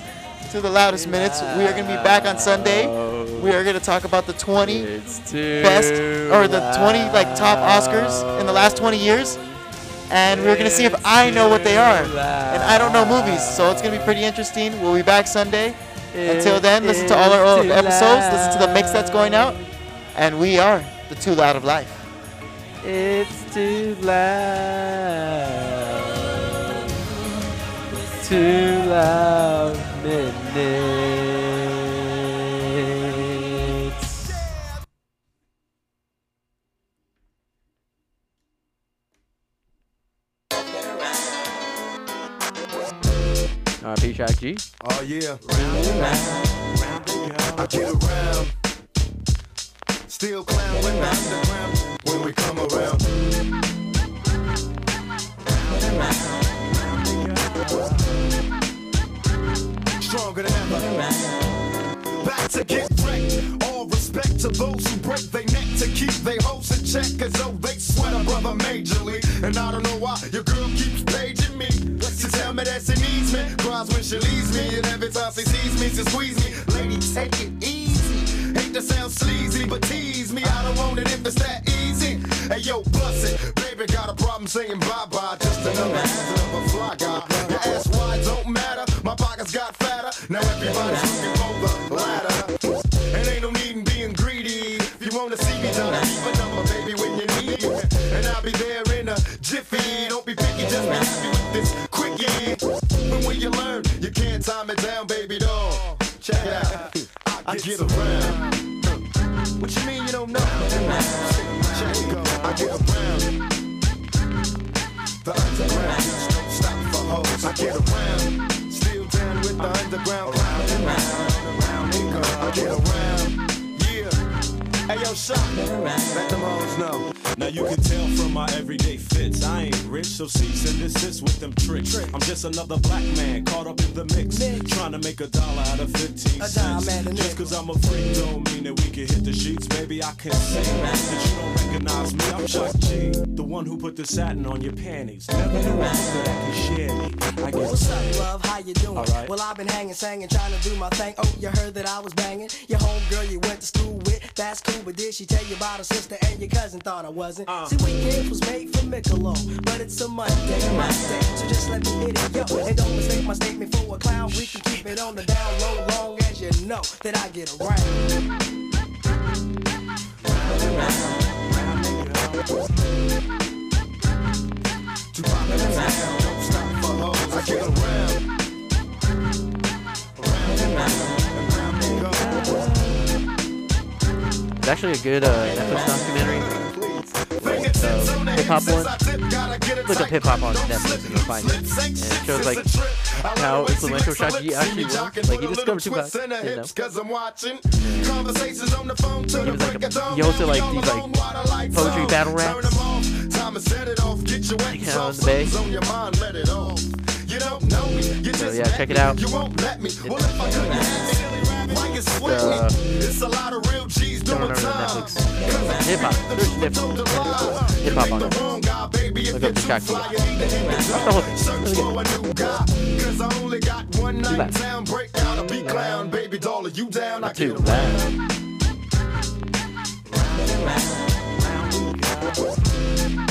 [SPEAKER 1] To the loudest minutes. We are going to be back on Sunday.
[SPEAKER 2] Uh,
[SPEAKER 1] We are going to talk about the 20
[SPEAKER 2] It's too
[SPEAKER 1] best or the 20 like top Oscars in the last 20 years. And we're gonna see if I know what they are. And I don't know movies, so it's gonna be pretty interesting. We'll be back Sunday. Until then, listen to all our old episodes, listen to the mix that's going out, and we are the Too Loud of Life.
[SPEAKER 2] It's too loud. Too loud minutes. RP Shaq G.
[SPEAKER 3] Oh yeah. I get around. Still clowning on the ground when we come around. Stronger than ever. Back to get wrecked. All respect to those who break their neck to keep their hopes in check as though they sweat a brother majorly. And I don't know why your girl keeps paging me. She tell me that she needs me. Cries when she leaves me. And every time she sees me, she squeeze me. Lady, take it easy. Hate to sound sleazy, but tease me. I don't want it if it's that easy. Hey yo, bust it. Baby got a problem saying bye bye. Just another hazard of a fly guy. Your ass wide don't matter. My pockets got fatter. Now everybody's looking for the ladder. And ain't no need in being greedy. If you wanna see me, dog, keep a number, baby, when you need it. And I'll be there in a jiffy. Don't be picky, just be happy with this quickie. But when you learn, you can't time it down, baby doll. Check it out. I get around. What you mean you don't know? Check it out. I get around. The underground. Stop for hoes. I get around. Still down with the underground. Around and round. and round. I get around. Yeah. Hey, yo, shot. Let them hoes know.
[SPEAKER 4] Now you can tell from my everyday fits. I ain't rich, so cease and desist with them tricks. I'm just another black man caught up in the mix. Trying to make a dollar out of 15
[SPEAKER 5] dime
[SPEAKER 4] cents.
[SPEAKER 5] and a
[SPEAKER 4] Just cause I'm a freak don't mean that we can hit the sheets. Baby, I can see that you don't recognize me. I'm Chuck G, the one who put the satin on your panties. Never knew a hooker that could share me. I guess.
[SPEAKER 5] What's up, love? How you doing?
[SPEAKER 4] Alright.
[SPEAKER 5] Well, I've been hanging, singing, trying to do my thing. Oh, you heard that I was banging. Your homegirl you went to school with. That's cool, but did she tell you about her sister and your cousin thought I wasn't? See, weekends was made for Michelob, but it's a Monday, Monday. So just let me hit it, yo. And don't mistake my statement for a clown. We can keep it on the down low, long as you know that I get around.
[SPEAKER 3] To pop it down. Don't stop for hoes. I get around. Around and round. And round and go.
[SPEAKER 2] It's actually a good uh, Netflix documentary.
[SPEAKER 3] hip
[SPEAKER 2] hip-hop
[SPEAKER 3] hop
[SPEAKER 2] one.
[SPEAKER 3] one. Look
[SPEAKER 2] Look
[SPEAKER 3] up
[SPEAKER 2] up
[SPEAKER 3] hip hop
[SPEAKER 2] hip-hop
[SPEAKER 3] on Netflix and you'll find it. And it shows like how influential Shaggy actually was. Like he discovered Tupac, you know.
[SPEAKER 2] He
[SPEAKER 3] He
[SPEAKER 2] was
[SPEAKER 3] was
[SPEAKER 2] like
[SPEAKER 3] like, he also like these like poetry battle raps.
[SPEAKER 2] Kind
[SPEAKER 3] Yeah,
[SPEAKER 2] of on
[SPEAKER 3] on
[SPEAKER 2] the bay.
[SPEAKER 3] the bay. So yeah, check it out.
[SPEAKER 2] uh,
[SPEAKER 3] It's a lot of real G's doing
[SPEAKER 2] remember the
[SPEAKER 3] time.
[SPEAKER 2] Netflix.
[SPEAKER 3] 'Cause I
[SPEAKER 2] Hip hop. There's different hip hop on it.
[SPEAKER 3] Look
[SPEAKER 2] up the track the hook.
[SPEAKER 3] Search for a new guy. Cause I only got one night in
[SPEAKER 2] back.
[SPEAKER 3] town. Break out a beat clown. Baby doll, are you down? I
[SPEAKER 2] Too
[SPEAKER 3] get around.
[SPEAKER 2] loud.